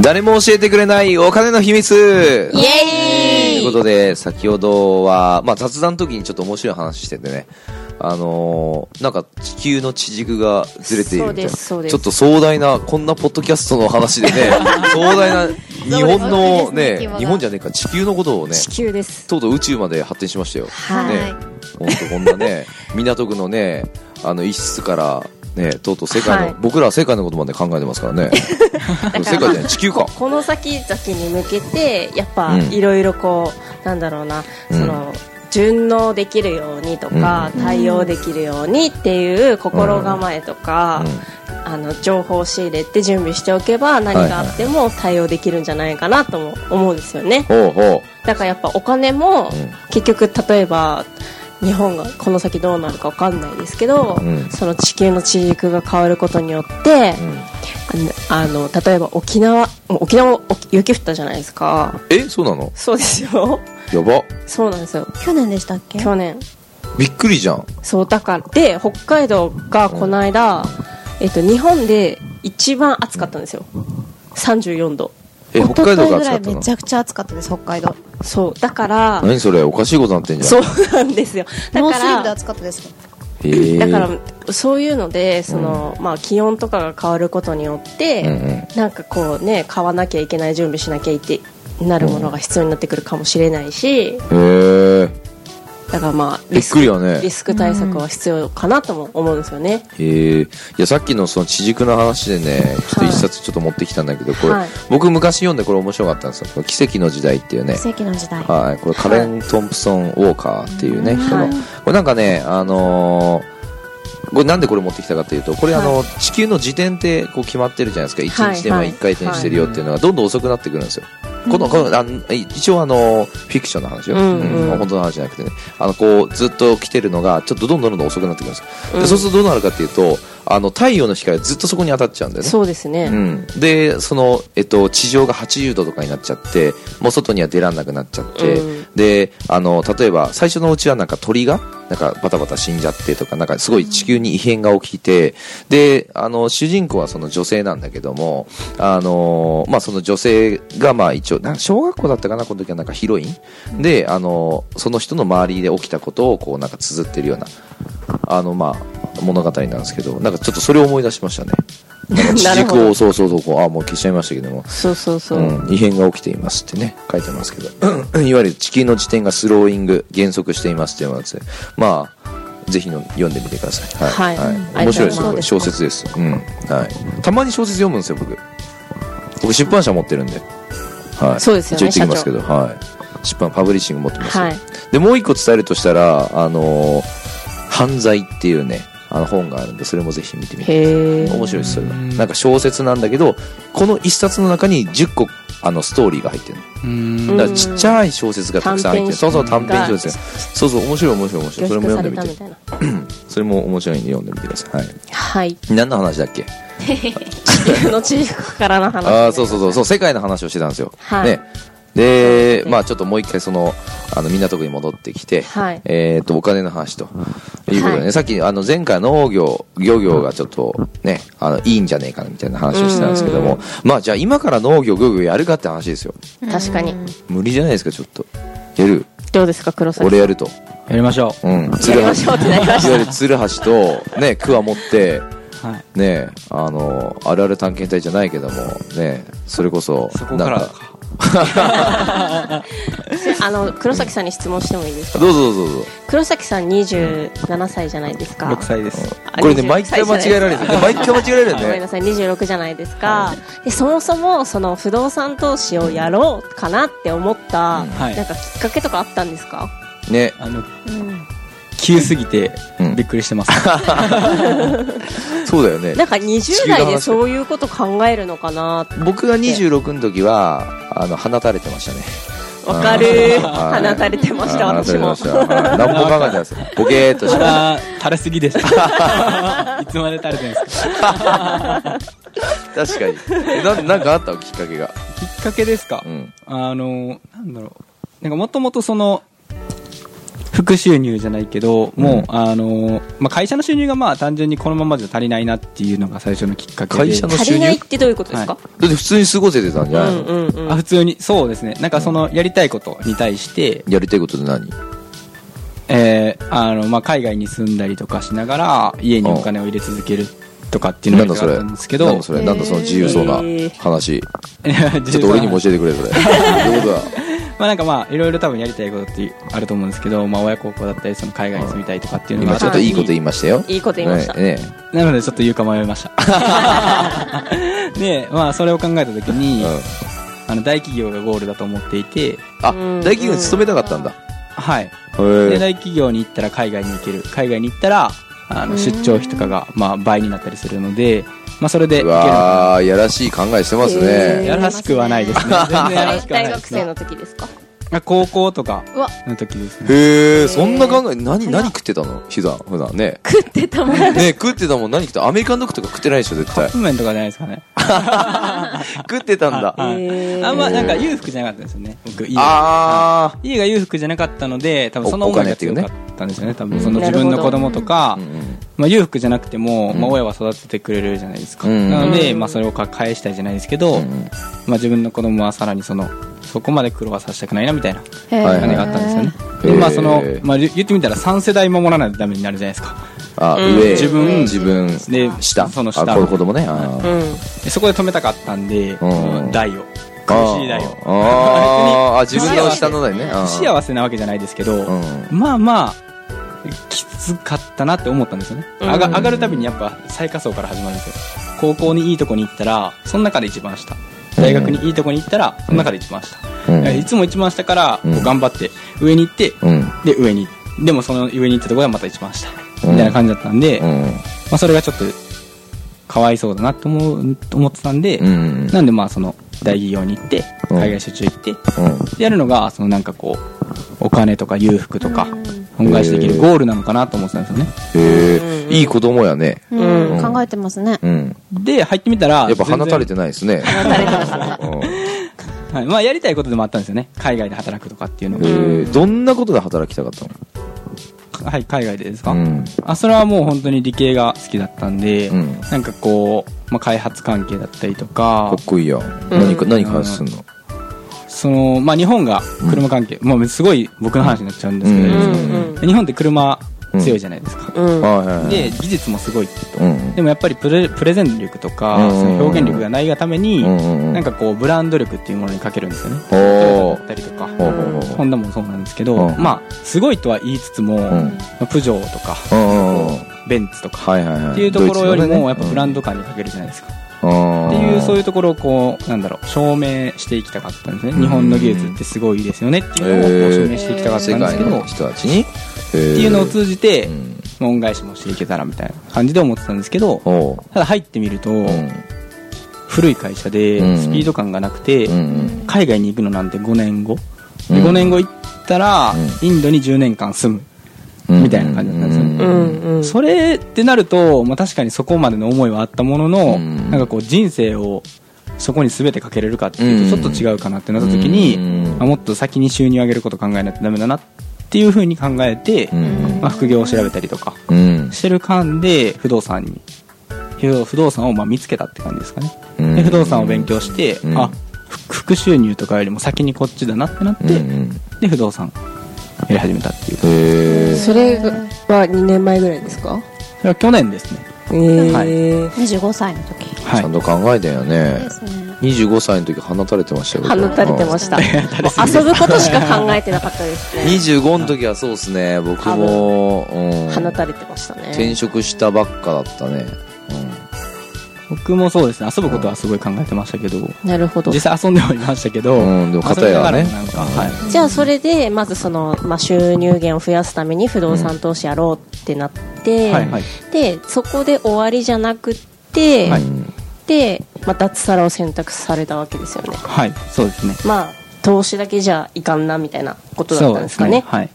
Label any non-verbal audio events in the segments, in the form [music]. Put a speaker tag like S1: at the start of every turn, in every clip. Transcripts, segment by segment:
S1: 誰も教えてくれないお金の秘密
S2: イ
S1: という
S2: エーイ
S1: ことで、先ほどは、まあ、雑談の時にちょっと面白い話しててね、あのーなんか地球の地軸がずれているみたいな、
S2: そうです
S1: ち
S2: そ
S1: ょ
S2: う
S1: っ
S2: です
S1: と壮大な、こんなポッドキャストの話で
S2: [laughs]
S1: ね、壮大な日本の
S2: そうで
S1: ね
S2: すね規模、が
S1: 日本じゃねえか、地球のことをね、
S2: 地球です。
S1: とうとう宇宙まで発展しましたよ。
S2: はい
S1: ね、ほんとこんなね、港区のね、あの一室から、ね、とうとう世界の、
S2: はい
S1: 僕らは世界のことまで考えてますから
S2: [laughs]
S1: ね。世界じゃない、地球か。
S2: この先々に向けてやっぱ
S1: うん
S2: いろいろこうなんだろうな
S1: うん
S2: その順応できるようにとか
S1: う
S2: 対応できるようにっていう心構えとかあの情報を仕入れて準備しておけば何があっても対応できるんじゃないかなとも思うんですよね
S1: うん、ほうほ
S2: だからやっぱお金も結局例えば日本がこの先どうなるか分かんないですけど
S1: うん
S2: その地球の地軸が変わることによって
S1: う。うん
S2: あの例えば沖縄沖縄も雪降ったじゃないですか
S1: え、そうなの
S2: そうですよ
S1: やば。
S2: そうなんですよ
S3: 去年でしたっけ
S2: 去年
S1: びっくりじゃん。
S2: そうだからで北海道がこの間、えっと、日本で一番暑かったんですよ34度
S1: え、
S3: 一
S1: 北
S3: 昨
S1: 海
S3: 日
S1: 道が
S3: ぐ
S1: 暑
S3: ら
S1: かっ
S3: い
S1: た
S3: め
S1: の
S3: ちゃくちゃ暑かったです北海道
S2: そうだから
S1: 何それおかしいことなってんじゃ
S2: そ
S1: ん。
S2: うなんですよだ
S3: ノー
S2: か
S3: スリーブで
S2: ら
S3: 暑かったです
S1: へー
S2: だからそういうのでその、まあ、気温とかが変わることによって、
S1: うんうん
S2: なんかこうね買わなきゃいけない準備しなきゃいけなるものが必要になってくるかもしれないし、
S1: へえ。
S2: だからまあ
S1: びっくりよ
S2: リ
S1: ね。
S2: スク対策は必要かなとも思うんですよね。
S1: へえ。いや、さっきのその地軸の話でね、ちょっと一冊ちょっと持ってきたんだけど、これ
S2: はい、
S1: 僕昔読んでこれ面白かったんですよ。この奇跡の時代っていうね。
S3: 奇跡の時代
S1: はい、これカレン・トンプソン・ウォーカーっていうね、
S3: はい
S1: 人のこれなんかね、あのーこれなんでこれ持ってきたかというとこれあの、地球の自転ってこう決まってるじゃないですか
S2: はい
S1: 1日でまあ
S2: はい
S1: 1回転してるよっていうのがどんどん遅くなってくるんですよ、このこのあの一応あのフィクションの話よ、
S2: うんうん
S1: 本当の話じゃなくてねあのこうずっと来てるのがちょっとどんどんどんどん遅くなってくるんですよ、で
S2: うん
S1: そうするとどうなるかっていうとあの太陽の光がずっとそこに当たっちゃうんだよね
S2: そうですね。
S1: うん、でその、えっと、地上が80度とかになっちゃってもう外には出らんなくなっちゃって、
S2: うん
S1: であの例えば最初のうちはなんか鳥がなんかバタバタ死んじゃってとかなんかすごい地球に異変が起きてであの主人公はその女性なんだけどもあの、まあ、その女性がまあ一応なんか小学校だったかなこの時はなんかヒロインであのその人の周りで起きたことをこうなんか綴ってるようなあの、まあ、物語なんですけどなんかちょっとそれを思い出しましたね。地
S2: [laughs] [laughs] なるほ
S1: 軸を [laughs]
S2: ど。
S1: そうそうそうこうあもう消しちゃいましたけども、
S2: そうそうそうう。
S1: ん、異変が起きていますってね書いてますけどいわゆる地球の自転がスローイング減速していますっていうやつでまあぜひの読んでみてくださいはい、
S2: はい
S1: 面白いです
S2: あ
S1: よこれ
S2: りがと
S1: 小
S2: うございます
S1: 説です、うんはい、たまに小説読むんですよ僕僕出版社持ってるんで、はい、
S2: そうですよね
S1: 一応言ってきますけど、はい、出版パブリッシング持ってますよ、
S2: はい
S1: でもう一個伝えるとしたら「あのー犯罪」っていうねあの本があるんでそれもぜひ見てみてください
S2: へえ。
S1: 面白いですそれはなんか小説なんだけどこの一冊の中に10個あのストーリーが入ってるの
S4: う
S2: うん
S4: ん
S1: だからちっちゃい小説がたくさん入ってるそう
S2: 短編集
S1: そう短編小説そうそう面白い面白い面白
S2: 凝
S1: いそれも
S2: 縮
S1: 読んで
S2: された
S1: み
S2: み
S1: て
S2: たいな。
S1: それも面白いんで読んでみてください、はい、
S2: はい。 [laughs]
S1: 何の話だっけ
S2: 地球の地軸からの話。
S1: ああそうそうそうそう世界の話をしてたんですよ、
S2: はい
S1: ねで、まあちょっともう一回その、あの、港区に戻ってきて、
S2: はい
S1: えっと、お金の話と、いうことでね、
S2: は
S1: さっき、あの、前回農業、漁業がちょっと、ね、あの、いいんじゃねえかな、みたいな話をしてたんですけども、まあじゃあ今から農業、漁業やるかって話ですよ。
S2: 確かに。
S1: 無理じゃないですか、ちょっと。やる
S2: どうですか黒崎
S1: 俺やると。
S4: やりましょ
S1: うん。
S2: やりましょうってなりま
S1: いわゆる鶴橋と、ね、クワ持って、
S4: う、はい、
S1: ね、あの、あるある探検隊じゃないけども、ね、それこそ、
S4: そこから
S1: なん
S4: か
S2: [laughs] した。あの黒崎さんに質問してもいいですか。
S1: どうぞどうぞどうぞ。
S2: 黒崎さん27歳じゃないですか。
S4: 6歳です
S2: あ
S1: これね、
S2: 26
S1: 毎回間違えられる。毎回間違えられる
S2: ごめん
S1: ね
S2: な。さい26じゃないですか、でそもそもその不動産投資をやろうかなって思った、
S4: はい
S2: なんかきっかけとかあったんですか
S1: ね。
S4: あの急すぎて
S1: うん
S4: びっくりしてます、
S1: そうだよね
S2: な。んか20代でそういうこと考えるのかな
S1: 僕が26の時は、あの、放たれてましたね。
S2: わかる
S1: はい
S2: 放たれてました
S1: あー
S2: 私
S1: 放
S2: も
S1: たれてましたはい何も考えてないです。ボケーっとしてました。
S4: あ [laughs] ー垂れすぎでしたいつまで垂れてるんですか
S1: 確かに。えなんなんかあったきっかけが。
S4: きっかけですか、
S1: うん。
S4: あのなんだろうなんかもともとその不副収入じゃないけど、もう、あのーまあ、会社の収入がまあ単純にこのままじゃ足りないなっていうのが最初のきっかけで
S1: 会社の
S2: 足りないってどういうことですか、
S1: だって普通に過ごせてたんじゃないの、
S2: うんうんう
S4: あ
S2: ん
S4: 普通にそうですねなんかそのやりたいことに対して、
S1: やりたいことって何
S4: えーあのまあ、海外に住んだりとかしながら家にお金を入れ続けるとかっていう
S1: な
S4: の
S1: ん
S4: が
S1: だそ
S4: あっ
S1: れ
S4: た
S1: なんん
S4: ですけど [laughs]
S1: だそれなんだその自由そうな話、ち
S4: ち
S1: ょっと俺にも教えてくれ
S4: [laughs]
S1: それどういうことだ
S4: まあなんかまあいろいろ多分やりたいことってあると思うんですけど、まあ親孝行だったりその海外に住みたいとかっていうのが
S1: 今ちょっといいこと言いましたよ
S2: いいこと言いました
S1: ねね
S4: なのでちょっと言うか迷いました
S1: [laughs]
S4: [laughs] でまあそれを考えた時に、
S1: うん
S4: あの大企業がゴールだと思っていて
S1: あ
S2: うん
S1: 大企業に勤めたかったんだ
S4: はい
S1: へ
S4: で
S1: え
S4: 大企業に行ったら海外に行ける海外に行ったらあの出張費とかがまあ倍になったりするので、まあ、それでいうけるのか
S1: わーやらしい考えしてます
S4: な
S1: ね
S4: やらしくはないで
S1: [laughs]
S4: すね全然やらしくはな
S2: 大
S4: いで
S2: 学
S4: す
S2: 生
S4: ね
S2: の時ですか
S4: あ高校とか
S2: うわ
S4: の時ですね
S1: へえそんな考え何何食ってたの普段普段ね
S2: 食ってたもん
S1: ね食ってたもん何食ってたアメリカンドッグとか食ってないでしょ絶
S4: カ [laughs]
S1: 対
S4: ップ麺とかじゃないですかね
S1: 食ってたんだ
S4: あはい
S2: へー
S4: あんまなんか裕福じゃなかったんですよね僕家が
S1: あ
S4: 家が裕福じゃなかったので多分その思いが強かったんですよね多分その
S2: うん
S4: 自分の子供とか
S1: あ、うん
S4: まあ、裕福じゃなくても、
S1: うん
S4: まあ、親は育ててくれるじゃないですか、
S1: うん
S4: なので、
S2: うん
S4: まあ、それをか返したいじゃないですけど、
S1: うんうん
S4: まあ、自分の子供はさらにそのそこまで苦労はさせたくないなみたいな
S3: へー
S1: はいはい
S4: 金があったんですよね、
S1: へー
S4: でまあその、まあ、言言ってみたら3世代守らないとダメになるじゃないですか
S1: あ
S2: うん
S1: 上
S4: 自分
S1: 自分
S4: で
S1: 下
S4: その下
S1: あこれ子供ねあー
S2: うん
S4: でそこで止めたかったんで、
S1: うん
S4: 代を苦しい代 [laughs] を
S1: あーあー自分の下の代ねあー
S4: 不幸せなわけじゃないですけど、
S1: うん
S4: まあまあきつかったなって思ったんですよね、
S2: うん
S4: 上が上がるたびにやっぱ最下層から始まるんですよ高校にいいとこに行ったらその中で一番下大学にいいとこに行ったらその中で一番下、
S1: うん
S4: だからいつも一番下からこ
S1: う
S4: うん頑張って上に行って、
S1: うん
S4: で上にでもその上に行ったところはまた一番下
S1: うん
S4: みたいな感じだったんで、
S1: う
S4: ま
S1: ん
S4: あ、それがちょっとかわいそうだなと思う思ってたんで、
S1: うん
S4: なんでまあその大企業に行って
S1: うん
S4: 海外出張行って、
S1: うん
S4: でやるのがそのなんかこうお金とか裕福とか恩返しでき
S1: へ
S4: る
S1: ー
S4: ゴールなのかなと思ってたんですよね
S1: へ
S2: うんうん
S1: えいい子供やね
S3: うん
S1: うん
S3: 考えてますね。
S1: うん
S4: で入ってみたら
S1: やっぱ放たれ
S4: て、
S1: てないですね
S2: 放たれてますね
S1: うん
S4: はいまあ、やりたいことでもあったんですよね海外で働くとかっていうの
S1: え
S4: が、
S1: ーどんなことで働きたかった
S4: はい、海外でですか、
S1: のうん
S4: あそれはもう本当に理系が好きだったんで、
S1: うん
S4: なんかこう、まあ、開発関係だったりとか
S1: かっこいいやん何か何開発すんの
S4: その、まあ、日本が車関係、まあ、すごい僕の話になっちゃうんですけど、
S1: う
S2: うん
S4: 日本って車強いじゃないですか、
S2: うんうん
S1: はいはいはい
S4: で技術もすごい
S1: うん
S4: でもやっぱりプレプレゼン力とか、
S1: うん
S4: その表現力がないがために、
S1: うんうんうん
S4: なんかこうブランド力っていうものにかけるんですよね
S1: ほう
S4: トヨタだったりとか
S1: ほうほうほ
S4: ホンダもそうなんですけど、
S1: うん
S4: まあすごいとは言いつつも、
S1: ううん
S4: まあプジョーとか、
S1: うんうんうん
S4: ベンツとか、
S1: はいはいはい
S4: っていうところよりもやっぱブラン
S1: ド
S4: ド感にかけるじゃないですか、って
S1: い
S4: いうそういううところをこうなんだろう証明していきたかったんですね、日本の技術ってすごいですよねっていうのをこう証明していきたかった
S1: 世
S4: んです
S1: 界
S4: けど、
S1: の人たちにって
S4: っていうのを通じて、
S1: ん
S4: まあ恩返しもしていけたらみたいな感じで思ってたんですけど、
S1: おう
S4: ただ入ってみると、
S1: うん
S4: 古い会社で
S1: うん
S4: スピード感がなくて、
S1: うん
S4: 海外に行くのなんて5年後、で
S1: うん
S4: 5年後行ったら、
S1: う
S4: インドに10年間住む、
S1: うん
S4: みたいな感じだったんですよね
S2: う
S1: うん
S2: んうん
S4: それってなると、まあ、確かにそこまでの思いはあったものの、
S1: うん
S4: なんかこう人生をそこに全てかけれるかっていうとちょっと違うかなってなった時に、
S1: うん
S4: まあもっと先に収入上げること考えないとダメだなっていうふうに考えて、
S1: うん
S4: まあ、副業を調べたりとか
S1: うん
S4: してる間で不動産に不動不動産をまあ見つけたって感じですかね、
S1: うん
S4: で不動産を勉強して、
S1: うん
S4: あふ副収入とかよりも先にこっちだなってなって、
S1: うんうん
S4: で不動産やり始めたっていうそ
S1: へー
S2: それは2年前ぐらいですか
S4: れは去年ですね
S2: え
S4: はい
S2: ー
S3: 25歳の時。
S4: は
S1: ち
S4: い
S1: ゃんと考えたよね
S3: ですね。
S1: 25歳の時放たれてましたよ僕
S2: 放たれてました
S4: [laughs]
S1: うん
S2: 遊ぶことしか考えてなかったですね
S1: 25の時はそうですね僕もうん
S2: 放たれてましたね
S1: 転職したばっかだったね
S4: 僕もそうですね遊ぶことはすごい考えてましたけど、
S2: なるほど
S4: 実際遊んではいましたけど、
S1: うんでも片やね
S4: 遊びながらもなんか、はい
S2: じゃあそれでまずその、まあ、収入源を増やすために不動産投資やろうってなって、
S4: はいはい
S2: でそこで終わりじゃなくて、
S4: はい
S1: うん
S2: で、まあ、脱サラを選択されたわけですよね
S4: はいそうですね
S2: まあ投資だけじゃいかんなみたいなことだったんですかね
S4: はい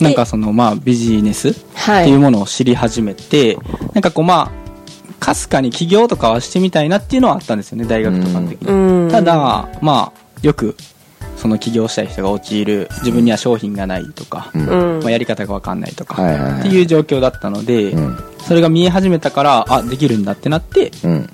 S4: なんかそのまあビジネスって
S2: はい
S4: いうものを知り始めて、なんかこうまあかすかに起業とかはしてみたいなっていうのはあったんですよね大学とかの時に、
S2: うん
S4: ただまあよくその起業したい人が陥る自分には商品がないとか、
S1: うん
S2: うん
S4: まあ、やり方が分かんないとか、
S1: はいはいはい
S4: っていう状況だったので、
S1: うん
S4: それが見え始めたからあできるんだってなって
S1: うん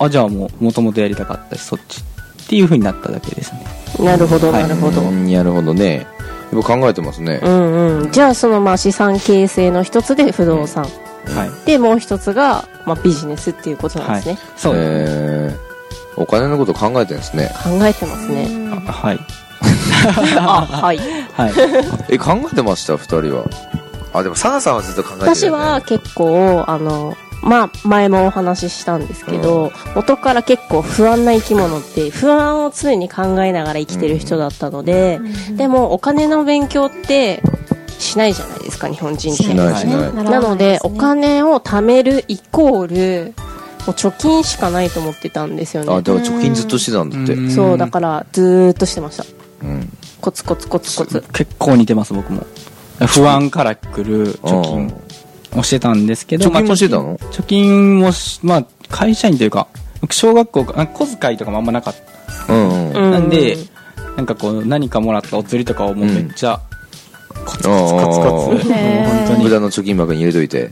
S4: あじゃあもうもともとやりたかったしそっちっていうふうになっただけですね
S2: なるほど
S4: はい
S2: なるほど、
S1: うんなるほどねやっぱ考えてますね
S2: うんうん、じゃあそのまあ資産形成の一つで不動産、
S4: はい、
S2: でもう一つがまあビジネスっていうことなん
S4: は
S2: で
S4: い
S2: すね、、
S4: そうですね、
S1: えーお金のこと考えてるんですね
S2: 考えてますね
S4: あはい
S1: [laughs]
S2: あはい
S4: はい
S1: え考えてました2人はあでもサナさんはずっと考えてるよね
S2: 私は結構あのまあ前もお話ししたんですけど、元から結構不安な生き物って不安を常に考えながら生きてる人だったので、でもお金の勉強ってしないじゃないですか日本人って
S1: しないしない
S2: なので、お金を貯めるイコール、もう貯金しかないと思ってたんです
S1: あ
S2: よ
S1: だ
S2: ね。
S1: から貯金ずっとしてたんだって
S4: うん
S2: そう、だから、ずーっとしてました。
S1: うん
S2: コツコツコツコツ。
S4: 結構似てます僕も不安からくる貯金をしてたんですけど
S1: 貯金もしてた
S4: ま
S1: の
S4: あ貯金もしまあ会社員というか僕小学校からなんか小遣いとかもあんまなかった
S1: うんうん
S2: う
S4: なんで、なんかこう何かもらったお釣りとかをもうめっちゃコツコツコツコツ、もう
S1: あー
S4: 本当
S1: 無
S4: に
S1: 駄の貯金箱に入れといて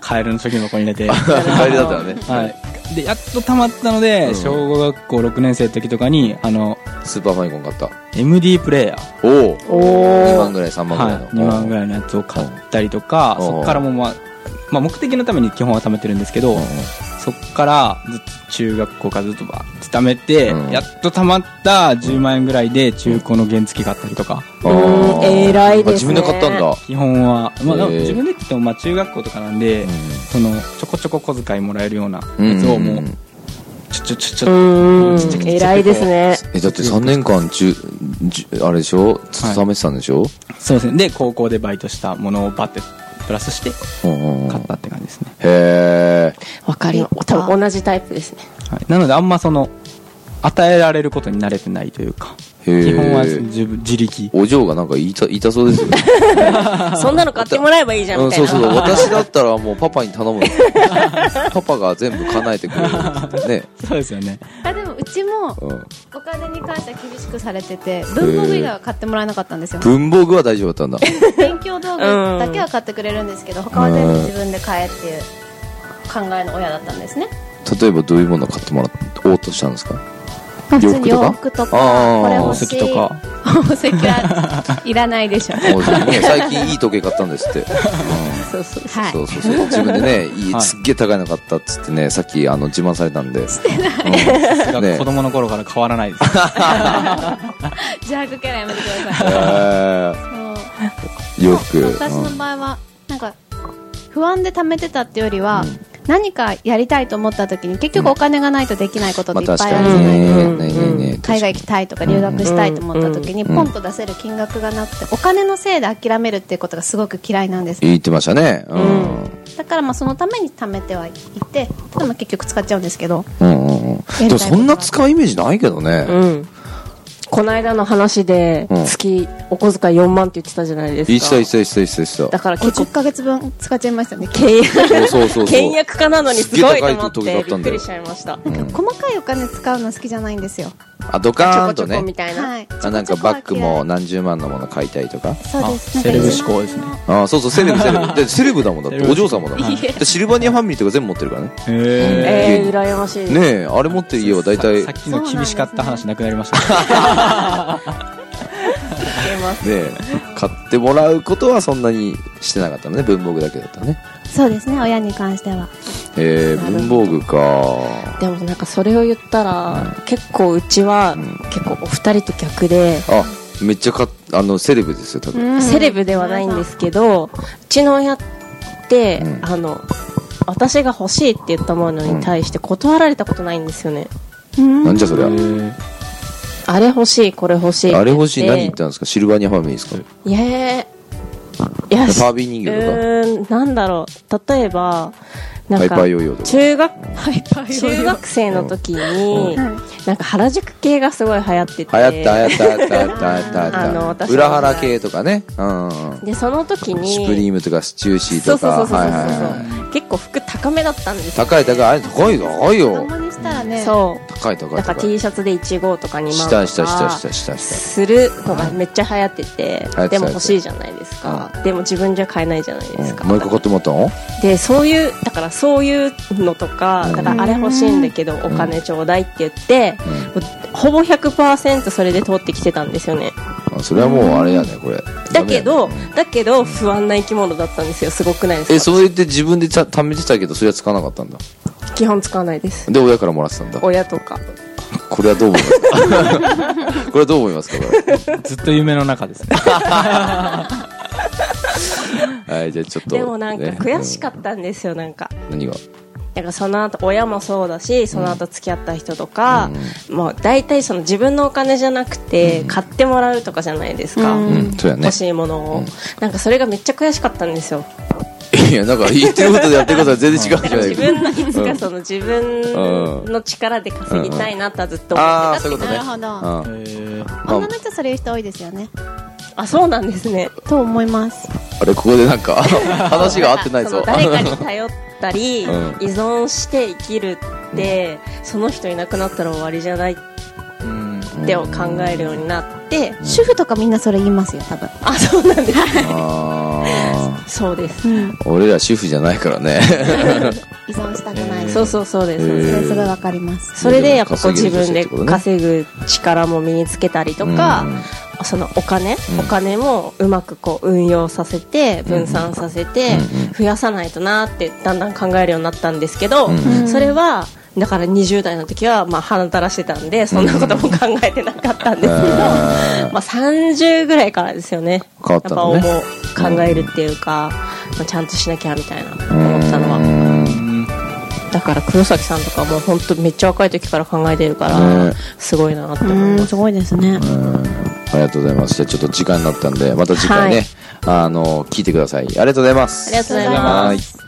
S4: カエルの貯金箱に入れて、
S1: 帰りだったらね
S4: はい、でやっと貯まったので、
S1: うん
S4: 小学校6年生の時とかにあの
S1: スーパーファイコン買った
S4: MD プレイヤー
S1: おお
S2: おー
S1: 2万ぐらい3万ぐらい
S4: は
S1: の、
S4: い、2万ぐらいのやつを買ったりとか、
S1: うん
S4: そこからもう、まあ、まあ目的のために基本は貯めてるんですけど、そこからずっと中学校からずっとばーって貯めて、
S1: うん
S4: やっと貯まった10万円ぐらいで中古の原付買ったりとか、
S2: うん偉い
S1: あ
S2: で
S1: 自
S2: すね
S1: 分で買ったんだ、
S4: 基本は、まあ、
S1: へー
S4: 自分でって言ってもまあ中学校とかなんで、そのちょこちょこ小遣いもらえるようなやつをもう、
S1: ん
S4: ちょちょちょち
S2: う
S4: ょ、
S2: ーん、偉いですね。
S1: えだって3年間じゅじゅあれでしょ勤めてたんでしょ、
S4: そうですねで高校でバイトしたものをバッてプラスして
S1: うんうんうん
S4: 買ったって感じですね、
S1: へえ
S2: わかります。多分同じタイプです
S1: [laughs]
S2: ね。
S4: はい、なのであんまその与えられることに慣れてないというか
S1: へえ
S4: 基本は自分自力
S1: お嬢がなんか言いた言いたそうですよ、
S2: そんなの買ってもらえば [laughs] いいじゃん、
S1: うん、
S2: みたい
S1: そう
S2: な。
S1: そう私だったらもうパパに頼む
S2: [laughs]
S1: パパが全部叶えてくれるってね、
S4: そうですよね
S3: あでもうちも
S1: うん、
S3: お金に関しては厳しくされてて文房具以外は買ってもらえなかったんですよ
S1: 文房具は大丈夫だったんだ
S3: 勉強道具だけは買ってくれるんですけど他は全部自分で買えっていう考えの親だったんですね
S1: 例えばどういうものを買ってもらおうとしたんですか
S3: 普
S1: 洋服
S3: 通
S1: とか
S3: に洋服と
S1: あー
S3: かこ
S1: 宝
S3: れ欲
S4: 宝
S3: し
S4: 石
S3: い
S4: とか
S1: [laughs]
S3: 宝石はいらないでしょう
S1: もう
S2: [laughs]
S1: ね最近いい時計買ったんですって、うん
S2: そうそうそう
S3: はい
S1: そうそうそう自分で
S2: [laughs]
S1: ねいい
S4: はい
S1: すっげえ高いの買ったっつってねさっきあの自慢されたんでして
S4: それ
S1: ない、うん
S4: が
S1: ね
S4: 子供の頃から変わらないです、
S3: 邪悪キャラやめてくだ
S1: え
S3: さい
S1: ー
S3: そう
S1: 洋服、
S3: そう私の場合は、なんか不安で貯めてたってよりは、何かやりたいと思った時に結局お金がないとできないこと
S1: ま
S3: っ
S1: あ
S3: ていっ
S1: 確
S3: ぱいあ
S1: か
S3: るじゃ
S1: に
S3: ないですか、
S1: ね,、
S2: うん
S1: ねねね
S3: 海外行きたいとか留学したいと思った時に
S1: うん
S3: ポンと出せる金額がなくて、お金のせいで諦めるっていうことがすごく嫌いなんです
S1: 言ってましたねう
S2: うん
S1: ん
S3: だからまあそのために貯めてはいてただまあ結局使っちゃうんですけど
S1: うんうんうんでもそんな使うイメージないけどね、
S2: うん。この間の話で
S1: うん、
S2: 月お小遣い4万って言ってたじゃないですか。
S1: 言ってた言ってた言ってた言ってた言って
S2: だから結構
S3: 50ヶ月分使っちゃいま [laughs] したね
S2: 倹
S1: たそう
S2: 約
S1: そうそうそう
S2: 倹約家なのにすごいと思っ
S1: すっげえ高い時計買っ
S2: てび
S1: た
S2: っ
S1: んだ
S2: く
S1: よ
S2: りしちゃいました
S1: う
S3: なんんか細かいお金使うの好きじゃないんですよ、
S1: あドカーン
S2: ちょ
S1: と
S2: こちょこみ
S1: ね
S2: たいな、
S3: はい
S1: あなんかバッグも何十万のもの買いたいとか
S3: そ
S4: あ
S3: うですなんか
S4: セレブ思考ですね
S3: 一万円の
S1: あそうそうセレブ
S2: [laughs]
S1: セレブでセレブだもんだっ
S4: セ
S1: て
S4: レブ
S1: お嬢様だもん
S4: い
S1: でシルバニアファミリーとか全部持ってるからね
S4: へ
S2: え
S1: 家に
S2: ー、羨ましい、
S1: ねえあれ持ってる家は大体
S4: ささ
S1: ね
S4: っきの厳しかった話なくなりましたね
S1: え買ってもらうことはそんなにしてなかったのね文房具だけだったね
S3: そうですね親に関しては
S1: えー、文房具か
S2: でもなんかそれを言ったら、結構うちは、結構お二人と逆で、
S1: あめっちゃかあのセレブですよ多分
S2: セレブではないんですけどうちの親って、
S1: うん
S2: あの私が欲しいって言ったものに対して断られたことないんですよね、
S1: なんじゃそりゃ
S2: あれ欲しいこれ欲しいって言
S1: あ
S2: って
S1: れ欲しい何言ったんですかシルバニアファミリーですか
S2: いやーいや
S1: ファービー人形とか
S2: うーんなんだろう例えばな
S1: ハ
S2: ん
S1: イパ
S2: か
S1: ーヨーヨーとか
S2: 中学
S1: [laughs]
S3: はい
S2: 中学生の時に、
S1: うん
S2: なんか原宿系がすごい流行ってて
S1: 流行った流行った流行った流行った流行った
S2: あの私の
S1: 裏腹系とかねうんうんうん
S2: でその時に
S1: シュプリームとかスチューシー
S2: そう
S1: と
S2: そ
S1: か
S2: うそうそうそう、
S1: はいはいはい
S2: 結構服高めだったんですよ
S1: 高い高いあれ高いよ高い
S3: た
S1: よ
S3: まにしたらね
S2: そ
S1: 高い高
S2: ないんか
S1: 高い
S2: T シャツで1号とか2万と
S1: し
S2: か
S1: たしたしたしたしたし
S2: するのがめっちゃ流行ってて、
S1: はい
S2: でも欲しいじゃないですか、でも自分じゃ買えないじゃないで
S1: た、
S2: すか、
S1: うん、もう一個買ってもらったの
S2: でそういうだからそういうのとかだからあれ欲しいんだけどお金ちょうだいって言って、ほぼ100%それで通ってきてたんですよね
S1: あそれはもうあれやねこれ
S2: だけど
S1: ダメやね
S2: だけど不安な生き物だったんですよすごくないですか
S1: えそう言って自分でた貯めてたけどそれは使わなかったんだ
S2: 基本使わないです
S1: で親からもらってたんだ
S2: 親とか
S1: これはどう思いますか [laughs] これはどう思いますかこれ
S4: ずっと夢の中ですね。
S1: はいじゃあちょっと、
S2: でもなんか
S1: ね
S2: 悔しかったんですよなんか
S1: うん何が [laughs]
S2: なんかその後親もそうだしその後付き合った人とか、もう大体その自分のお金じゃなくて買ってもらうとかじゃないですか、
S3: うん
S1: うんそうやね
S2: 欲しいものを、なんかそれがめっちゃ悔しかったんですよ
S1: いやなんか言ってることとやってることは全然違うじゃない
S2: 自
S1: ですか
S2: 分のいつかその自分の力で稼ぎたいなとはずっと思
S1: ああ
S2: って
S1: そういうこと
S3: な
S1: ね
S3: るほど
S1: うんまあ
S3: 女の人それ言う人多いですよね
S2: たあそうなんですね
S3: と思います
S1: あれここでなん
S2: [laughs]
S1: か話が合ってない
S2: そ
S1: ぞ
S2: の誰かに頼ったり、
S1: [laughs] うん
S2: 依存して生きるって、その人いなくなったら終わりじゃないっ
S4: うん。
S2: て考えるようになって、
S3: 主婦とかみんなそれ言いますよ多分
S2: あそう
S1: [laughs]
S2: なんです
S1: あ
S2: そうです
S3: うん
S1: ー俺ら主婦じゃないからね
S3: 依存したくない
S2: そうそうそうで
S1: へ
S2: す、
S1: ー
S3: それすごいわかります
S2: それでやっぱこう自分
S1: 稼げる女性っ
S2: で
S1: てことね
S2: 稼ぐ力も身につけたりとか、
S1: うん
S2: そのお金、
S1: うん
S2: お金もうまくこう運用させて分散させて
S1: うんうん
S2: 増やさないとなってだんだん考えるようになったんですけど、
S1: うん
S3: うん
S2: それはだから20代の時はまあ鼻垂らしてたんでそんなことも考えてなかったんですけど、
S1: あ
S2: まあ、30ぐらいからですよね
S1: 変わったのね
S2: やっぱ思う考えるっていうか、まあ、ちゃんとしなきゃみたいな
S1: ー
S2: 思ったのは。
S1: うん
S2: だから黒崎さんとかも本当めっちゃ若い時から考えてるから、
S1: ね
S2: すごいなって思いま
S3: うん
S2: す
S3: すごいですね
S1: ありがとうございます。じゃあちょっと時間になったんで、また次回ね、あの、聞いてください。ありがとうございます。
S2: ありがとうござい
S1: は
S2: ま
S1: い
S2: す